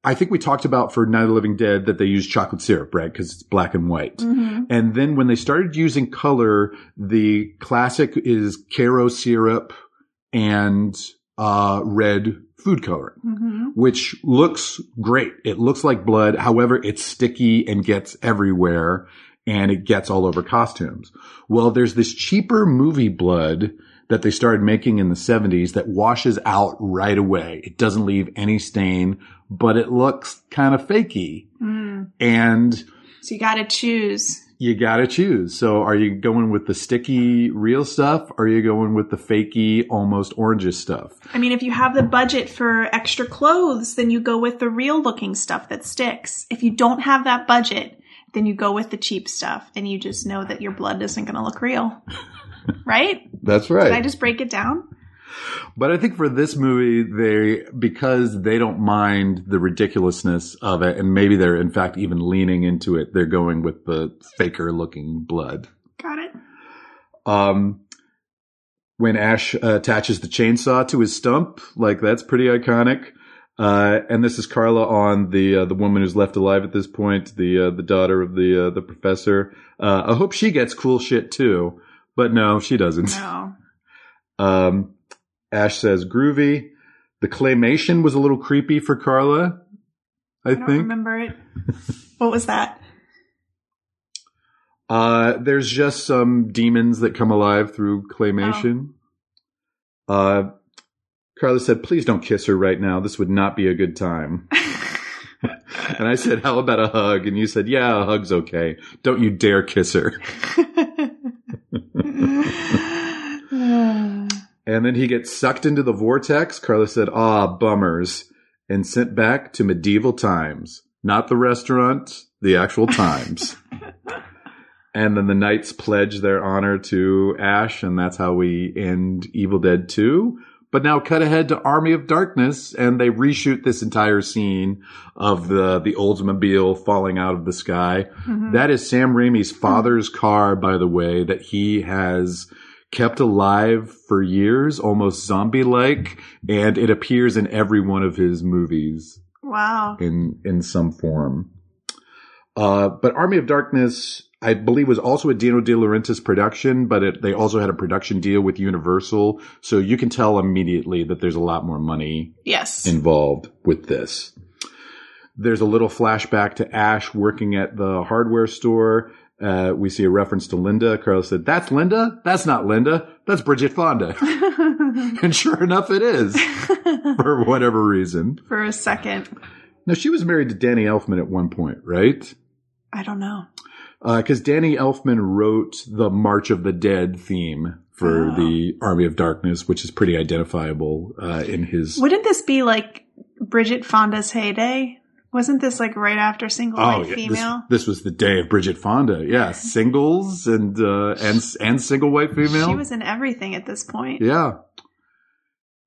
[SPEAKER 3] i think we talked about for night of the living dead that they use chocolate syrup right because it's black and white
[SPEAKER 4] Mm-hmm.
[SPEAKER 3] and then when they started using color the classic is caro syrup and uh, red food coloring
[SPEAKER 4] Mm-hmm.
[SPEAKER 3] which looks great. It looks like blood. However, it's sticky and gets everywhere and it gets all over costumes. Well, there's this cheaper movie blood that they started making in the 70s that washes out right away. It doesn't leave any stain, but it looks kind of fakey
[SPEAKER 4] Mm.
[SPEAKER 3] and
[SPEAKER 4] So you got to choose.
[SPEAKER 3] you gotta choose. So are you going with the sticky real stuff? Or are you going with the fakey, almost oranges stuff?
[SPEAKER 4] I mean, if you have the budget for extra clothes, then you go with the real looking stuff that sticks. If you don't have that budget, then you go with the cheap stuff and you just know that your blood isn't going to look real. right?
[SPEAKER 3] That's right.
[SPEAKER 4] Did I just break it down?
[SPEAKER 3] But I think for this movie, they because they don't mind the ridiculousness of it, and maybe they're in fact even leaning into it. They're going with the faker looking blood.
[SPEAKER 4] Got it.
[SPEAKER 3] Um, when Ash uh, attaches the chainsaw to his stump, like that's pretty iconic. Uh, and this is Carla on the uh, the woman who's left alive at this point, the uh, the daughter of the uh, the professor. Uh, I hope she gets cool shit too, but no, she doesn't.
[SPEAKER 4] No.
[SPEAKER 3] Um, Ash says groovy. The claymation was a little creepy for Carla. I,
[SPEAKER 4] I don't
[SPEAKER 3] think.
[SPEAKER 4] remember it. What was that?
[SPEAKER 3] Uh, there's just some demons that come alive through claymation.
[SPEAKER 4] Oh.
[SPEAKER 3] Uh, Carla said, "Please don't kiss her right now. This would not be a good time." and I said, "How about a hug?" And you said, "Yeah, a hug's okay. Don't you dare kiss her." And then he gets sucked into the vortex. Carla said, Ah, bummers, and sent back to medieval times. Not the restaurant, the actual times. and then the knights pledge their honor to Ash, and that's how we end Evil Dead 2. But now cut ahead to Army of Darkness, and they reshoot this entire scene of the, the Oldsmobile falling out of the sky.
[SPEAKER 4] Mhm.
[SPEAKER 3] That is Sam Raimi's father's car, by the way, that he has kept alive for years, almost zombie like, and it appears in every one of his movies
[SPEAKER 4] wow.
[SPEAKER 3] in in some form. Uh, but Army of Darkness, I believe, was also a Dino De Laurentiis production, but it, they also had a production deal with Universal, so you can tell immediately that there's a lot more money
[SPEAKER 4] Yes.
[SPEAKER 3] involved with this. There's a little flashback to Ash working at the hardware store, Uh, we see a reference to Linda. Carlos said, That's Linda? That's not Linda. That's Bridget Fonda. and sure enough, it is for whatever reason.
[SPEAKER 4] For a second,
[SPEAKER 3] Now, she was married to Danny Elfman at one point, right?
[SPEAKER 4] I don't know.
[SPEAKER 3] Because Danny Elfman wrote the March of the Dead theme for
[SPEAKER 4] Oh.
[SPEAKER 3] the Army of Darkness, which is pretty identifiable uh, in his.
[SPEAKER 4] Wouldn't this be like Bridget Fonda's heyday? Wasn't this like right after Single White
[SPEAKER 3] Oh, yeah, this-
[SPEAKER 4] Female?
[SPEAKER 3] This, was the day of Bridget Fonda. Yeah, singles and uh, and and single white female.
[SPEAKER 4] She was in everything at this point.
[SPEAKER 3] Yeah.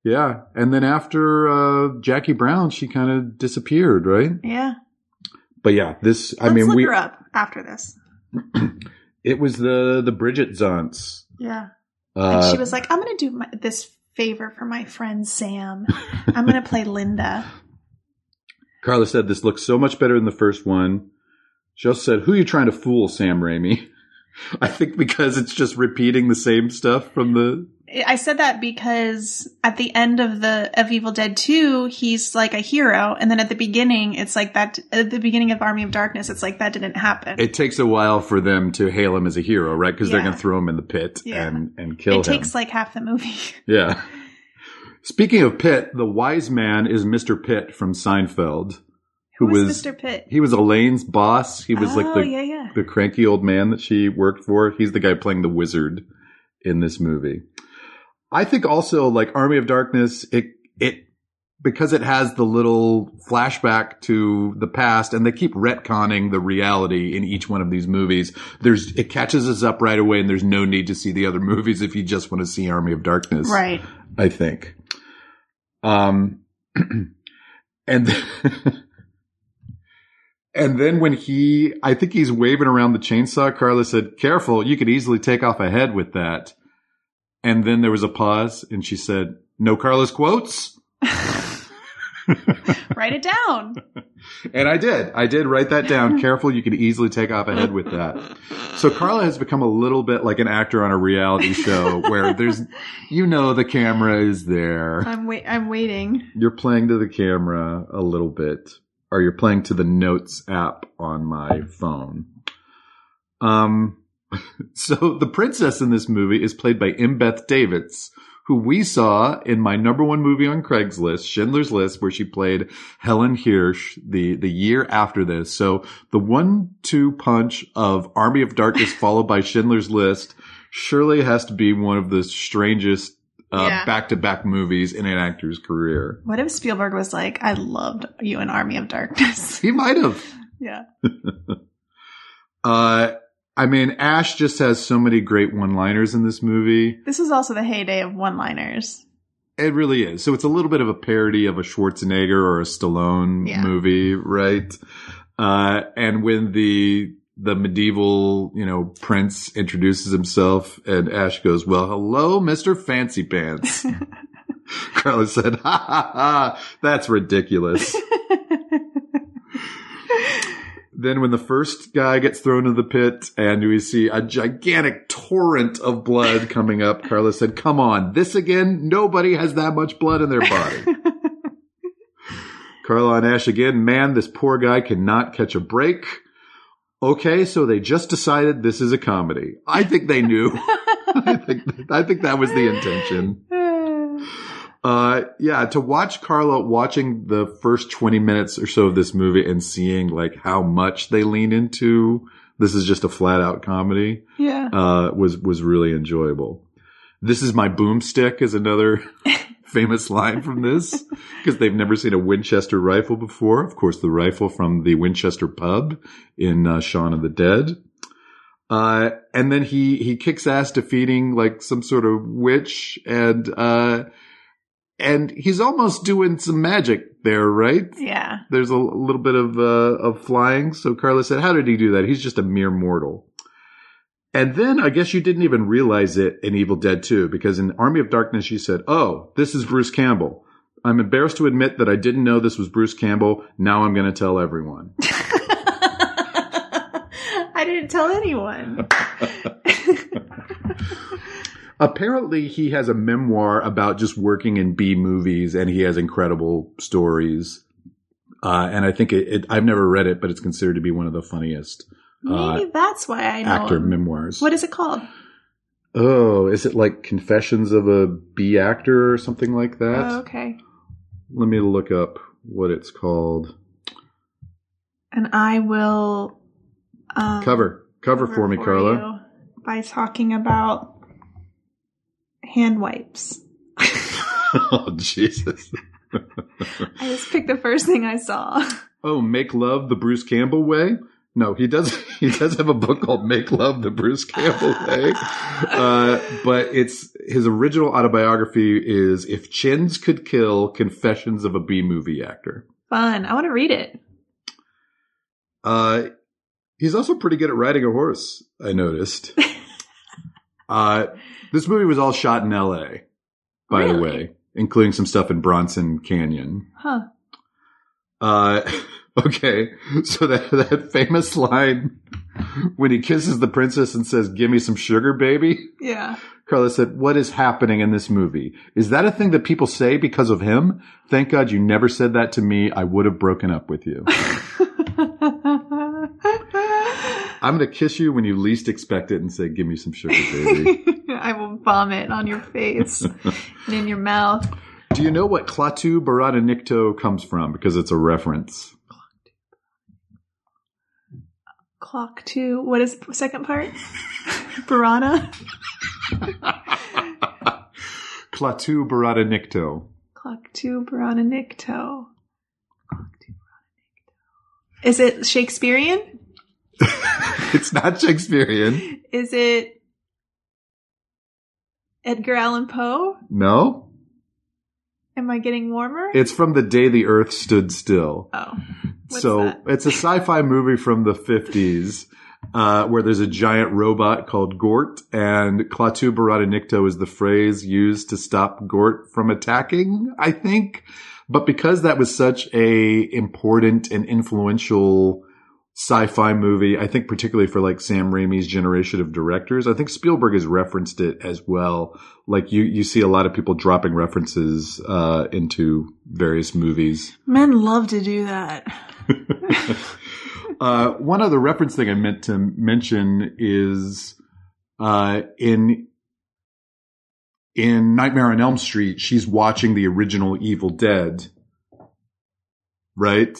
[SPEAKER 3] Yeah. And then after uh, Jackie Brown, she kind of disappeared, right?
[SPEAKER 4] Yeah.
[SPEAKER 3] But yeah, this, I
[SPEAKER 4] Let's
[SPEAKER 3] mean,
[SPEAKER 4] look
[SPEAKER 3] we,
[SPEAKER 4] her up after this.
[SPEAKER 3] it was the, the Bridget Zuntz.
[SPEAKER 4] Yeah. And
[SPEAKER 3] Uh,
[SPEAKER 4] she was like, I'm going to do my, this favor for my friend Sam. I'm going to play Linda.
[SPEAKER 3] Carla said this looks so much better than the first one. She also said, Who you trying to fool, Sam Raimi? I think because it's just repeating the same stuff from the.
[SPEAKER 4] I said that because at the end of the of Evil Dead 2, he's like a hero, and then at the beginning, it's like that at the beginning of Army of Darkness, it's like that didn't happen.
[SPEAKER 3] It takes a while for them to hail him as a hero, right? Because they're
[SPEAKER 4] Yeah.
[SPEAKER 3] going to throw him in the pit
[SPEAKER 4] Yeah.
[SPEAKER 3] and, and
[SPEAKER 4] It
[SPEAKER 3] kill him.
[SPEAKER 4] takes like half the movie.
[SPEAKER 3] Yeah. Speaking of Pitt, the wise man is Mr. Pitt from Seinfeld, who,
[SPEAKER 4] Who's
[SPEAKER 3] was
[SPEAKER 4] Mr. Pitt?
[SPEAKER 3] he was Elaine's boss. He was
[SPEAKER 4] oh,
[SPEAKER 3] like the
[SPEAKER 4] yeah, yeah.
[SPEAKER 3] the cranky old man that she worked for. He's the guy playing the wizard in this movie. I think also like Army of Darkness, it it because it has the little flashback to the past and they keep retconning the reality in each one of these movies. There's it catches us up right away and there's no need to see the other movies if you just want to see Army of Darkness.
[SPEAKER 4] Right.
[SPEAKER 3] I think. Um, and then, and then when he, I think he's waving around the chainsaw. Carla said, "Careful, you could easily take off a head with that." And then there was a pause, and she said, "No Carlos quotes."
[SPEAKER 4] Write it down.
[SPEAKER 3] And I did. I did write that down. Careful, you could easily take off a head with that. So Carla has become a little bit like an actor on a reality show where there's, you know, the camera is there.
[SPEAKER 4] I'm wait. I'm waiting.
[SPEAKER 3] you're playing to the camera a little bit or you're playing to the notes app on my phone um so the princess in this movie is played by Imbeth Davids who we saw in my number one movie on Craigslist, Schindler's List, where she played Helen Hirsch the, the year after this. So the one two punch of Army of Darkness followed by Schindler's List surely has to be one of the strangest
[SPEAKER 4] Yeah.
[SPEAKER 3] back to back movies in an actor's career.
[SPEAKER 4] What if Spielberg was like, "I loved you in Army of Darkness"?
[SPEAKER 3] He might have.
[SPEAKER 4] yeah.
[SPEAKER 3] Uh, I mean, Ash just has so many great one liners in this movie.
[SPEAKER 4] This was also the heyday of one-liners.
[SPEAKER 3] It really is. So it's a little bit of a parody of a Schwarzenegger or a Stallone
[SPEAKER 4] Yeah.
[SPEAKER 3] movie, right? Uh, and when the the medieval, you know, prince introduces himself, and Ash goes, "Well, hello, Mister Fancy Pants." Carlos said, "Ha ha ha! That's ridiculous." then when the first guy gets thrown into the pit and we see a gigantic torrent of blood coming up, Carla said, Come on, this again? Nobody has that much blood in their body. Carla and Ash again, man, this poor guy cannot catch a break. Okay, so they just decided this is a comedy. I think they knew. I think I think that was the intention. Uh, yeah, to watch Carla watching the first 20 minutes or so of this movie and seeing like how much they lean into this is just a flat out comedy,
[SPEAKER 4] yeah.
[SPEAKER 3] uh, was, was really enjoyable. This is my boomstick is another famous line from this because they've never seen a Winchester rifle before. Of course, the rifle from the Winchester pub in uh, Shaun of the Dead. Uh, and then he, he kicks ass defeating like some sort of witch and, uh, and he's almost doing some magic there, right?
[SPEAKER 4] Yeah.
[SPEAKER 3] There's a little bit of, uh, of flying. So Carla said, how did he do that? He's just a mere mortal. And then I guess you didn't even realize it in Evil Dead 2 because in Army of Darkness, you said, Oh, this is Bruce Campbell. I'm embarrassed to admit that I didn't know this was Bruce Campbell. Now I'm going to tell everyone.
[SPEAKER 4] I didn't tell anyone.
[SPEAKER 3] Uh, Apparently, he has a memoir about just working in B movies, and he has incredible stories. Uh, and I think it, it, I've never read it, but it's considered to be one of the funniest uh,
[SPEAKER 4] Maybe that's why I know.
[SPEAKER 3] actor
[SPEAKER 4] him.
[SPEAKER 3] memoirs.
[SPEAKER 4] What is it called?
[SPEAKER 3] Oh, is it like Confessions of a B Actor or something like that?
[SPEAKER 4] Oh, okay.
[SPEAKER 3] Let me look up what it's called.
[SPEAKER 4] And I will um,
[SPEAKER 3] Cover. uh, Cover, for me, Carla.
[SPEAKER 4] you by talking about hand wipes.
[SPEAKER 3] oh, Jesus.
[SPEAKER 4] I just picked the first thing I saw.
[SPEAKER 3] Oh, Make Love the Bruce Campbell Way? No, he does. He does have a book called "Make Love the Bruce Campbell Way," uh, but it's his original autobiography is "If Chins Could Kill: Confessions of a B Movie Actor."
[SPEAKER 4] Fun. I want to read it.
[SPEAKER 3] Uh, he's also pretty good at riding a horse. I noticed. uh, this movie was all shot in L.A. By the
[SPEAKER 4] Really?
[SPEAKER 3] way, including some stuff in Bronson Canyon.
[SPEAKER 4] Huh.
[SPEAKER 3] Uh, okay. So that, that famous line when he kisses the princess and says, give me some sugar, baby.
[SPEAKER 4] Yeah.
[SPEAKER 3] Carla said, what is happening in this movie? Is that a thing that people say because of him? Thank God you never said that to me. I would have broken up with you. I'm going to kiss you when you least expect it and say, give me some sugar, baby.
[SPEAKER 4] I will vomit on your face and in your mouth.
[SPEAKER 3] Do you know what Klaatu Barada Nikto comes from? Because it's a reference.
[SPEAKER 4] Clock two. What is the second part? Piranha.
[SPEAKER 3] Klaatu Barada Nikto.
[SPEAKER 4] Clock two. Piranha Nicto. Clock two. Piranha Nicto. Is it Shakespearean?
[SPEAKER 3] It's not Shakespearean.
[SPEAKER 4] Is it Edgar Allan Poe?
[SPEAKER 3] No?
[SPEAKER 4] Am I getting warmer?
[SPEAKER 3] It's from the day the Earth stood still.
[SPEAKER 4] oh. What's
[SPEAKER 3] so
[SPEAKER 4] that?
[SPEAKER 3] it's a sci-fi movie from the fifties uh, where there's a giant robot called Gort, and Klaatu Barada Nikto is the phrase used to stop Gort from attacking. I think, but because that was such a important and influential sci-fi movie, I think particularly for like Sam Raimi's generation of directors, I think Spielberg has referenced it as well. Like you, you see a lot of people dropping references uh, into various movies.
[SPEAKER 4] Men love to do that.
[SPEAKER 3] Uh, one other reference thing I meant to mention is uh, in in Nightmare on Elm Street, she's watching the original Evil Dead, right?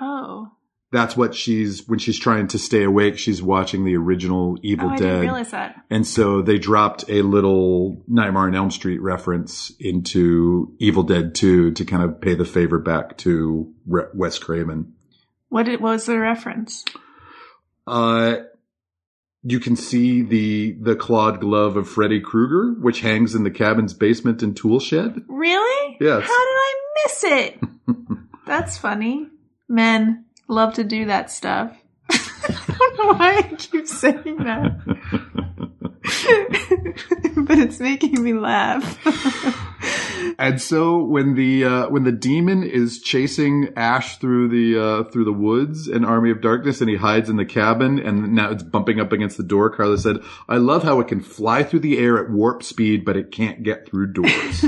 [SPEAKER 4] Oh.
[SPEAKER 3] That's what she's when she's trying to stay awake. She's watching the original
[SPEAKER 4] Oh,
[SPEAKER 3] Evil
[SPEAKER 4] I didn't
[SPEAKER 3] Dead,
[SPEAKER 4] realize that.
[SPEAKER 3] and so they dropped a little Nightmare on Elm Street reference into Evil Dead Two to kind of pay the favor back to Re- Wes Craven.
[SPEAKER 4] What, did, what was the reference?
[SPEAKER 3] Uh, you can see the the clawed glove of Freddy Krueger, which hangs in the cabin's basement and tool shed.
[SPEAKER 4] Really?
[SPEAKER 3] Yes.
[SPEAKER 4] How did I miss it? That's funny. Men love to do that stuff. I don't know why I keep saying that. but it's making me laugh.
[SPEAKER 3] And so when the uh, when the demon is chasing Ash through the uh, through the woods and Army of Darkness, and he hides in the cabin, and now it's bumping up against the door. Carla said, "I love how it can fly through the air at warp speed, but it can't get through doors."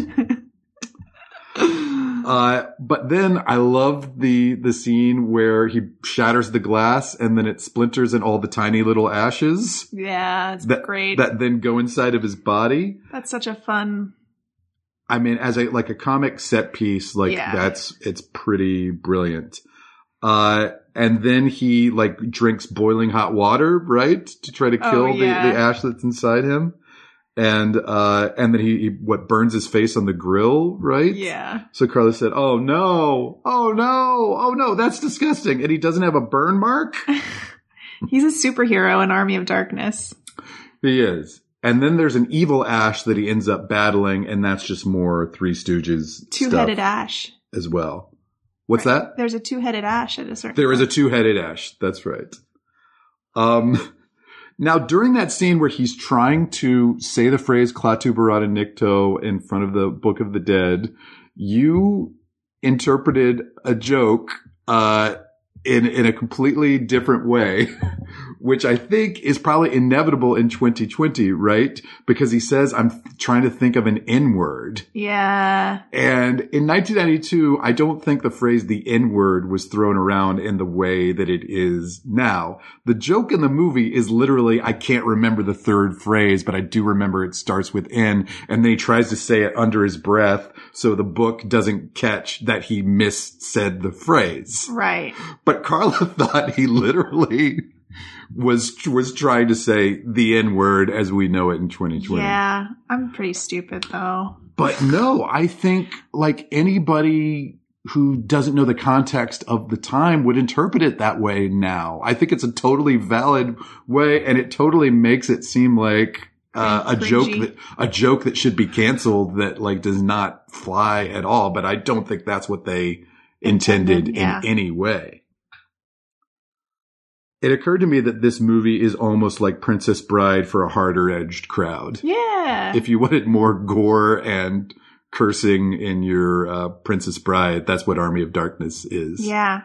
[SPEAKER 3] Uh, but then I love the the scene where he shatters the glass and then it splinters in all the tiny little ashes
[SPEAKER 4] yeah, it's
[SPEAKER 3] That-
[SPEAKER 4] great.
[SPEAKER 3] that then go inside of his body.
[SPEAKER 4] That's such a fun.
[SPEAKER 3] I mean, as a like a comic set piece, like
[SPEAKER 4] Yeah.
[SPEAKER 3] that's it's pretty brilliant. Uh, and then he like drinks boiling hot water, right, to try to
[SPEAKER 4] Oh,
[SPEAKER 3] kill
[SPEAKER 4] yeah.
[SPEAKER 3] the, the ash that's inside him. And uh, and then he, he what burns his face on the grill, right?
[SPEAKER 4] Yeah.
[SPEAKER 3] So Carlos said, "Oh no! Oh no! Oh no! That's disgusting!" And he doesn't have a burn mark.
[SPEAKER 4] He's a superhero in Army of Darkness.
[SPEAKER 3] he is. And then there's an evil Ash that he ends up battling, and that's just more Three Stooges
[SPEAKER 4] Two
[SPEAKER 3] stuff
[SPEAKER 4] headed ash.
[SPEAKER 3] as well. What's that?
[SPEAKER 4] There's a two headed ash at a certain
[SPEAKER 3] There is a
[SPEAKER 4] point.
[SPEAKER 3] two-headed ash. That's right. Um, now during that scene where he's trying to say the phrase "Klaatu Barada Nikto" in front of the Book of the Dead, you interpreted a joke uh, in in a completely different way, which I think is probably inevitable in 2020, right? Because he says, I'm trying to think of an N word.
[SPEAKER 4] Yeah.
[SPEAKER 3] And in 1992, I don't think the phrase the N word was thrown around in the way that it is now. The joke in the movie is literally, I can't remember the third phrase, but I do remember it starts with N. And then he tries to say it under his breath so the book doesn't catch that he mis said the phrase.
[SPEAKER 4] Right.
[SPEAKER 3] But Carla thought he literally was was trying to say the N word as we know it in 2020.
[SPEAKER 4] Yeah. I'm pretty stupid though.
[SPEAKER 3] But no, I think like anybody who doesn't know the context of the time would interpret it that way now. I think it's a totally valid way and it totally makes it seem like uh, a
[SPEAKER 4] Cringy.
[SPEAKER 3] joke that a joke that should be canceled that like does not fly at all, but I don't think that's what they intended
[SPEAKER 4] Intended, yeah.
[SPEAKER 3] in any way. It occurred to me that this movie is almost like Princess Bride for a harder-edged crowd
[SPEAKER 4] Yeah.
[SPEAKER 3] if you wanted more gore and cursing in your uh, Princess Bride, that's what Army of Darkness is.
[SPEAKER 4] yeah.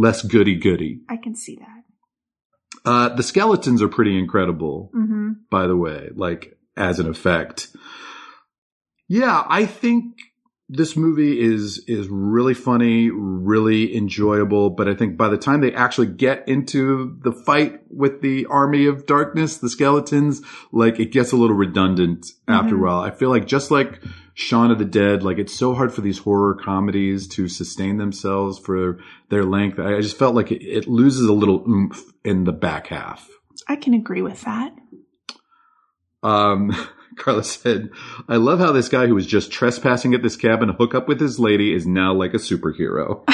[SPEAKER 3] Less goody goody.
[SPEAKER 4] I can see that.
[SPEAKER 3] Uh, the skeletons are pretty incredible,
[SPEAKER 4] Mm-hmm.
[SPEAKER 3] by the way, like as an effect. Yeah, I think this movie is is really funny, really enjoyable, but I think by the time they actually get into the fight with the army of darkness, the skeletons, like it gets a little redundant after a
[SPEAKER 4] Mhm.
[SPEAKER 3] while. I feel like just like Shaun of the Dead, like it's so hard for these horror comedies to sustain themselves for their length. I I just felt like it, it loses a little oomph in the back half.
[SPEAKER 4] I can agree with that.
[SPEAKER 3] Um, Carla said, I love how this guy who was just trespassing at this cabin to hook up with his lady is now like a superhero.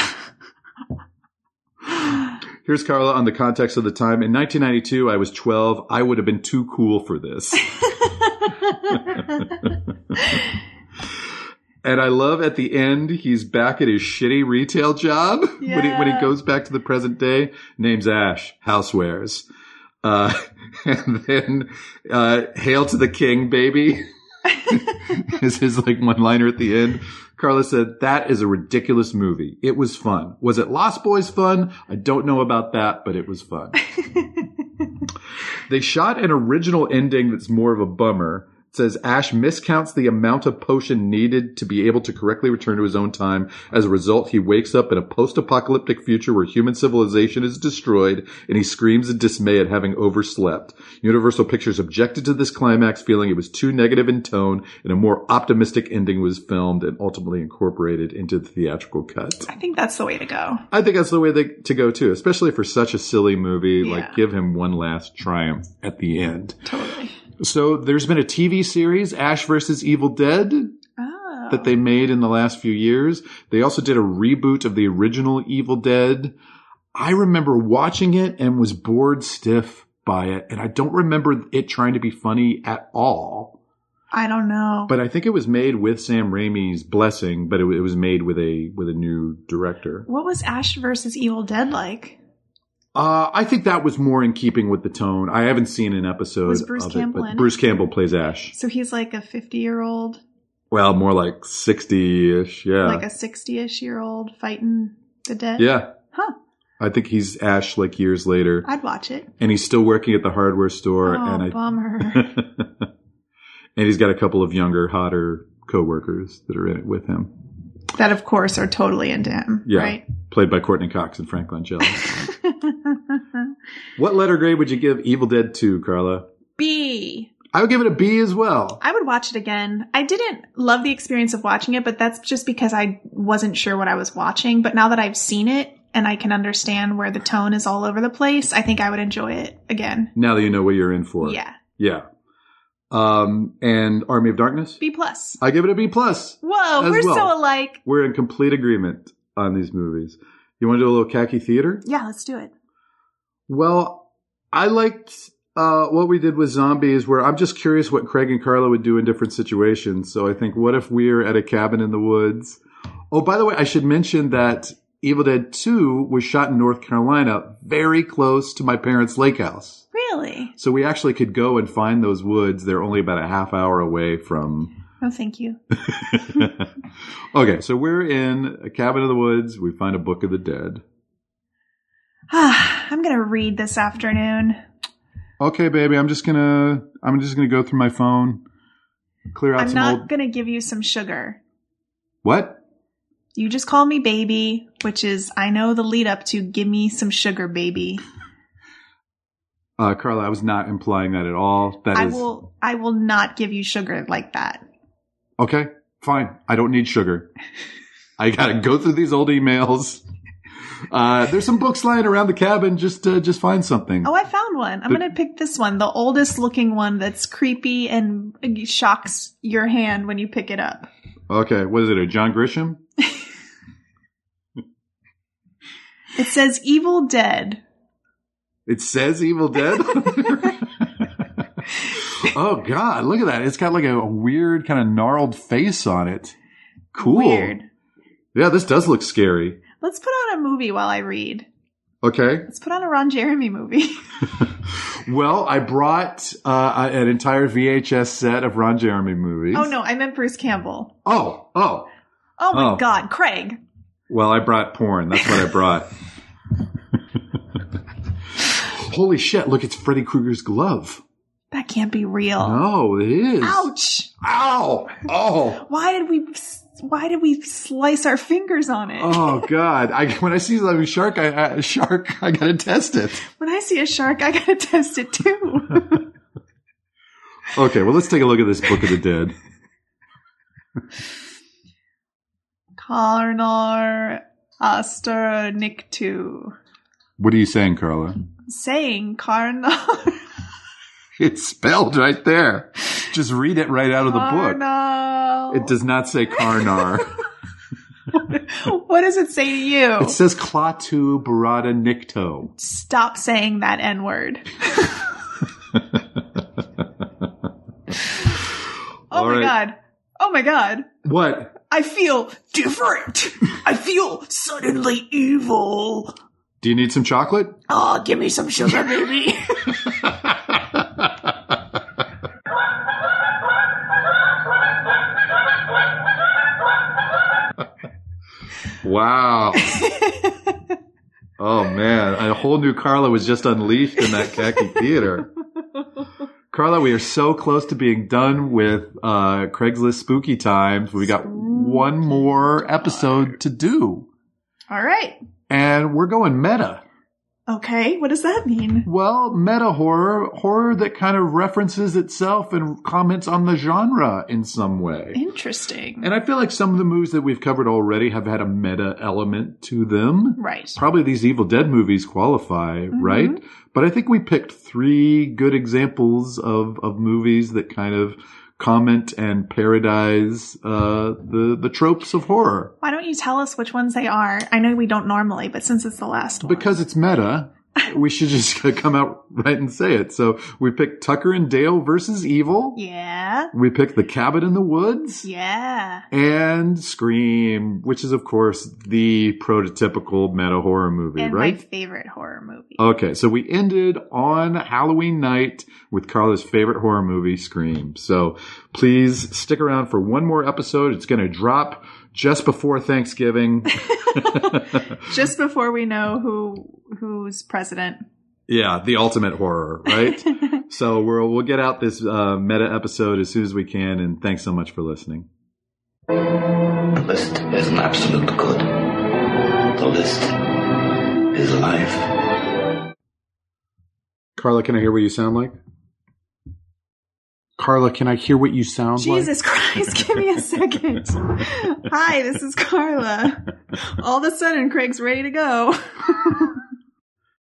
[SPEAKER 3] Here's Carla on the context of the time. In 1992, I was 12. I would have been too cool for this. and I love at the end, he's back at his shitty retail job when, he, when he
[SPEAKER 4] Yeah.
[SPEAKER 3] goes back to the present day. Name's Ash, housewares. Uh, and then uh, Hail to the King, baby is his like one liner at the end. Carla said, That is a ridiculous movie. It was fun. Was it Lost Boys fun? I don't know about that, but it was fun. they shot an original ending that's more of a bummer. It says Ash miscounts the amount of potion needed to be able to correctly return to his own time. As a result, he wakes up in a post apocalyptic future where human civilization is destroyed and he screams in dismay at having overslept. Universal Pictures objected to this climax, feeling it was too negative in tone, and a more optimistic ending was filmed and ultimately incorporated into the theatrical cut.
[SPEAKER 4] I think that's the way to go.
[SPEAKER 3] I think that's the way they, to go too, especially for such a silly movie.
[SPEAKER 4] Yeah.
[SPEAKER 3] Like, give him one last triumph at the end.
[SPEAKER 4] Totally.
[SPEAKER 3] So there's been a TV series, Ash versus Evil Dead,
[SPEAKER 4] Oh.
[SPEAKER 3] that they made in the last few years. They also did a reboot of the original Evil Dead. I remember watching it and was bored stiff by it, and I don't remember it trying to be funny at all.
[SPEAKER 4] I don't know.
[SPEAKER 3] But I think it was made with Sam Raimi's blessing, but it, it was made with a with a new director.
[SPEAKER 4] what was Ash versus Evil Dead like?
[SPEAKER 3] Uh, I think that was more in keeping with the tone. I haven't seen an episode
[SPEAKER 4] Was Bruce
[SPEAKER 3] of
[SPEAKER 4] Campbell
[SPEAKER 3] it,
[SPEAKER 4] in
[SPEAKER 3] but
[SPEAKER 4] it?
[SPEAKER 3] Bruce Campbell plays Ash.
[SPEAKER 4] So he's like a 50 year old,
[SPEAKER 3] Well, more like sixty-ish, yeah.
[SPEAKER 4] like a 60 ish year old fighting the dead?
[SPEAKER 3] Yeah.
[SPEAKER 4] Huh.
[SPEAKER 3] I think he's Ash like years later,
[SPEAKER 4] I'd watch it.
[SPEAKER 3] and he's still working at the hardware store,
[SPEAKER 4] oh,
[SPEAKER 3] and I,
[SPEAKER 4] bummer.
[SPEAKER 3] and he's got a couple of younger, hotter coworkers that are in it with him,
[SPEAKER 4] that, of course, are totally into him.
[SPEAKER 3] Yeah.
[SPEAKER 4] Right?
[SPEAKER 3] played by Courtney Cox and Frank Langella. what letter grade would you give Evil Dead Two, Carla?
[SPEAKER 4] B.
[SPEAKER 3] I would give it a B as well.
[SPEAKER 4] I would watch it again. I didn't love the experience of watching it, but that's just because I wasn't sure what I was watching. But now that I've seen it and I can understand where the tone is all over the place, I think I would enjoy it again.
[SPEAKER 3] Now that you know what you're in for,
[SPEAKER 4] Yeah.
[SPEAKER 3] yeah. Um, and Army of Darkness,
[SPEAKER 4] B plus.
[SPEAKER 3] I give it a B plus.
[SPEAKER 4] Whoa,
[SPEAKER 3] As
[SPEAKER 4] we're
[SPEAKER 3] well.
[SPEAKER 4] so alike.
[SPEAKER 3] We're in complete agreement on these movies. You want to do a little khaki theater?
[SPEAKER 4] Yeah, let's do it.
[SPEAKER 3] Well, I liked uh, what we did with zombies, where I'm just curious what Craig and Carla would do in different situations. So I think, what if we're at a cabin in the woods? Oh, by the way, I should mention that Evil Dead 2 was shot in North Carolina, very close to my parents' lake house.
[SPEAKER 4] Really?
[SPEAKER 3] So we actually could go and find those woods. They're only about a half hour away from.
[SPEAKER 4] No, Oh, thank you.
[SPEAKER 3] okay, so we're in a cabin in the woods. We find a book of the dead.
[SPEAKER 4] Ah, I'm gonna read this afternoon.
[SPEAKER 3] Okay, baby, I'm just gonna I'm just gonna go through my phone, clear out
[SPEAKER 4] I'm
[SPEAKER 3] some
[SPEAKER 4] not
[SPEAKER 3] old
[SPEAKER 4] gonna give you some sugar.
[SPEAKER 3] what?
[SPEAKER 4] You just call me baby, which is I know the lead up to give me some sugar, baby.
[SPEAKER 3] Uh, Carla, I was not implying that at all. That is
[SPEAKER 4] I will I will not give you sugar like that.
[SPEAKER 3] okay. Fine, I don't need sugar. I gotta go through these old emails. Uh, there's some books lying around the cabin. Just uh, just find something.
[SPEAKER 4] Oh, I found one. I'm
[SPEAKER 3] The-
[SPEAKER 4] gonna pick this one, the oldest looking one that's creepy and shocks your hand when you pick it up.
[SPEAKER 3] okay, what is it? A John Grisham?
[SPEAKER 4] It says Evil Dead.
[SPEAKER 3] It says Evil Dead. oh God, look at that! It's got like a weird kind of gnarled face on it. Cool.
[SPEAKER 4] Weird.
[SPEAKER 3] Yeah, this does look scary.
[SPEAKER 4] Let's put on a movie while I read.
[SPEAKER 3] Okay.
[SPEAKER 4] Let's put on a Ron Jeremy movie. Oh,
[SPEAKER 3] Well, I brought uh, an entire VHS set of Ron Jeremy movies.
[SPEAKER 4] oh no, I meant Bruce Campbell.
[SPEAKER 3] Oh, oh.
[SPEAKER 4] Oh my
[SPEAKER 3] Oh.
[SPEAKER 4] god, Craig.
[SPEAKER 3] Well, I brought porn. That's what I brought. Holy shit! Look, it's Freddy Krueger's glove.
[SPEAKER 4] That can't be real.
[SPEAKER 3] Oh, it is.
[SPEAKER 4] Ouch.
[SPEAKER 3] Ow! Oh.
[SPEAKER 4] Why did we why did we slice our fingers on it?
[SPEAKER 3] Oh God! I, when I see something shark, I, I shark, I gotta test it.
[SPEAKER 4] When I see a shark, I gotta test it too.
[SPEAKER 3] Okay, well, let's take a look at this Book of the Dead.
[SPEAKER 4] Carnor Asternictu.
[SPEAKER 3] What are you saying, Carla?
[SPEAKER 4] Saying Carnor
[SPEAKER 3] It's spelled right there. Just read it right out of the book.
[SPEAKER 4] Carnal.
[SPEAKER 3] It does not say Karnar.
[SPEAKER 4] what does it say to you?
[SPEAKER 3] it says Klaatu Barada Nikto.
[SPEAKER 4] Stop saying that N word. Oh
[SPEAKER 3] All
[SPEAKER 4] my
[SPEAKER 3] right.
[SPEAKER 4] god. Oh my god.
[SPEAKER 3] What?
[SPEAKER 4] I feel different. I feel suddenly evil.
[SPEAKER 3] Do you need some chocolate?
[SPEAKER 4] Oh, give me some sugar, baby.
[SPEAKER 3] Wow. oh man, a whole new Carla was just unleashed in that khaki theater. Carla, we are so close to being done with uh, Craigslist Spooky Times. We got one more episode to do,
[SPEAKER 4] All right.
[SPEAKER 3] and we're going meta.
[SPEAKER 4] Okay, what does that mean?
[SPEAKER 3] Well, meta horror, horror that kind of references itself and comments on the genre in some way.
[SPEAKER 4] Interesting.
[SPEAKER 3] And I feel like some of the movies that we've covered already have had a meta element to them.
[SPEAKER 4] Right.
[SPEAKER 3] Probably these Evil Dead movies qualify, right? But I think we picked three good examples of, of movies that kind of comment and parodize uh, the the tropes of horror
[SPEAKER 4] Why don't you tell us which ones they are? I know we don't normally, but since it's the last one.
[SPEAKER 3] because it's meta. We should just come out right and say it. So we picked Tucker and Dale versus Evil.
[SPEAKER 4] Yeah.
[SPEAKER 3] We picked The Cabin in the Woods.
[SPEAKER 4] Yeah.
[SPEAKER 3] and Scream, which is of course the prototypical meta horror movie,
[SPEAKER 4] And my
[SPEAKER 3] right? Oh.
[SPEAKER 4] favorite horror movie.
[SPEAKER 3] Okay, so we ended on Halloween night with Carla's favorite horror movie, Scream. So please stick around for one more episode. It's going to drop just before Thanksgiving.
[SPEAKER 4] Just before we know who who's president.
[SPEAKER 3] yeah, the ultimate horror, right? so we'll we'll get out this uh, meta episode as soon as we can. And thanks so much for listening.
[SPEAKER 6] The list is an absolute good. The list is life.
[SPEAKER 3] Carla, can I hear what you sound like? Carla, can I hear what you sound
[SPEAKER 4] Jesus Christ, give me a second. Hi, this is Carla. All of a sudden, Craig's ready to go.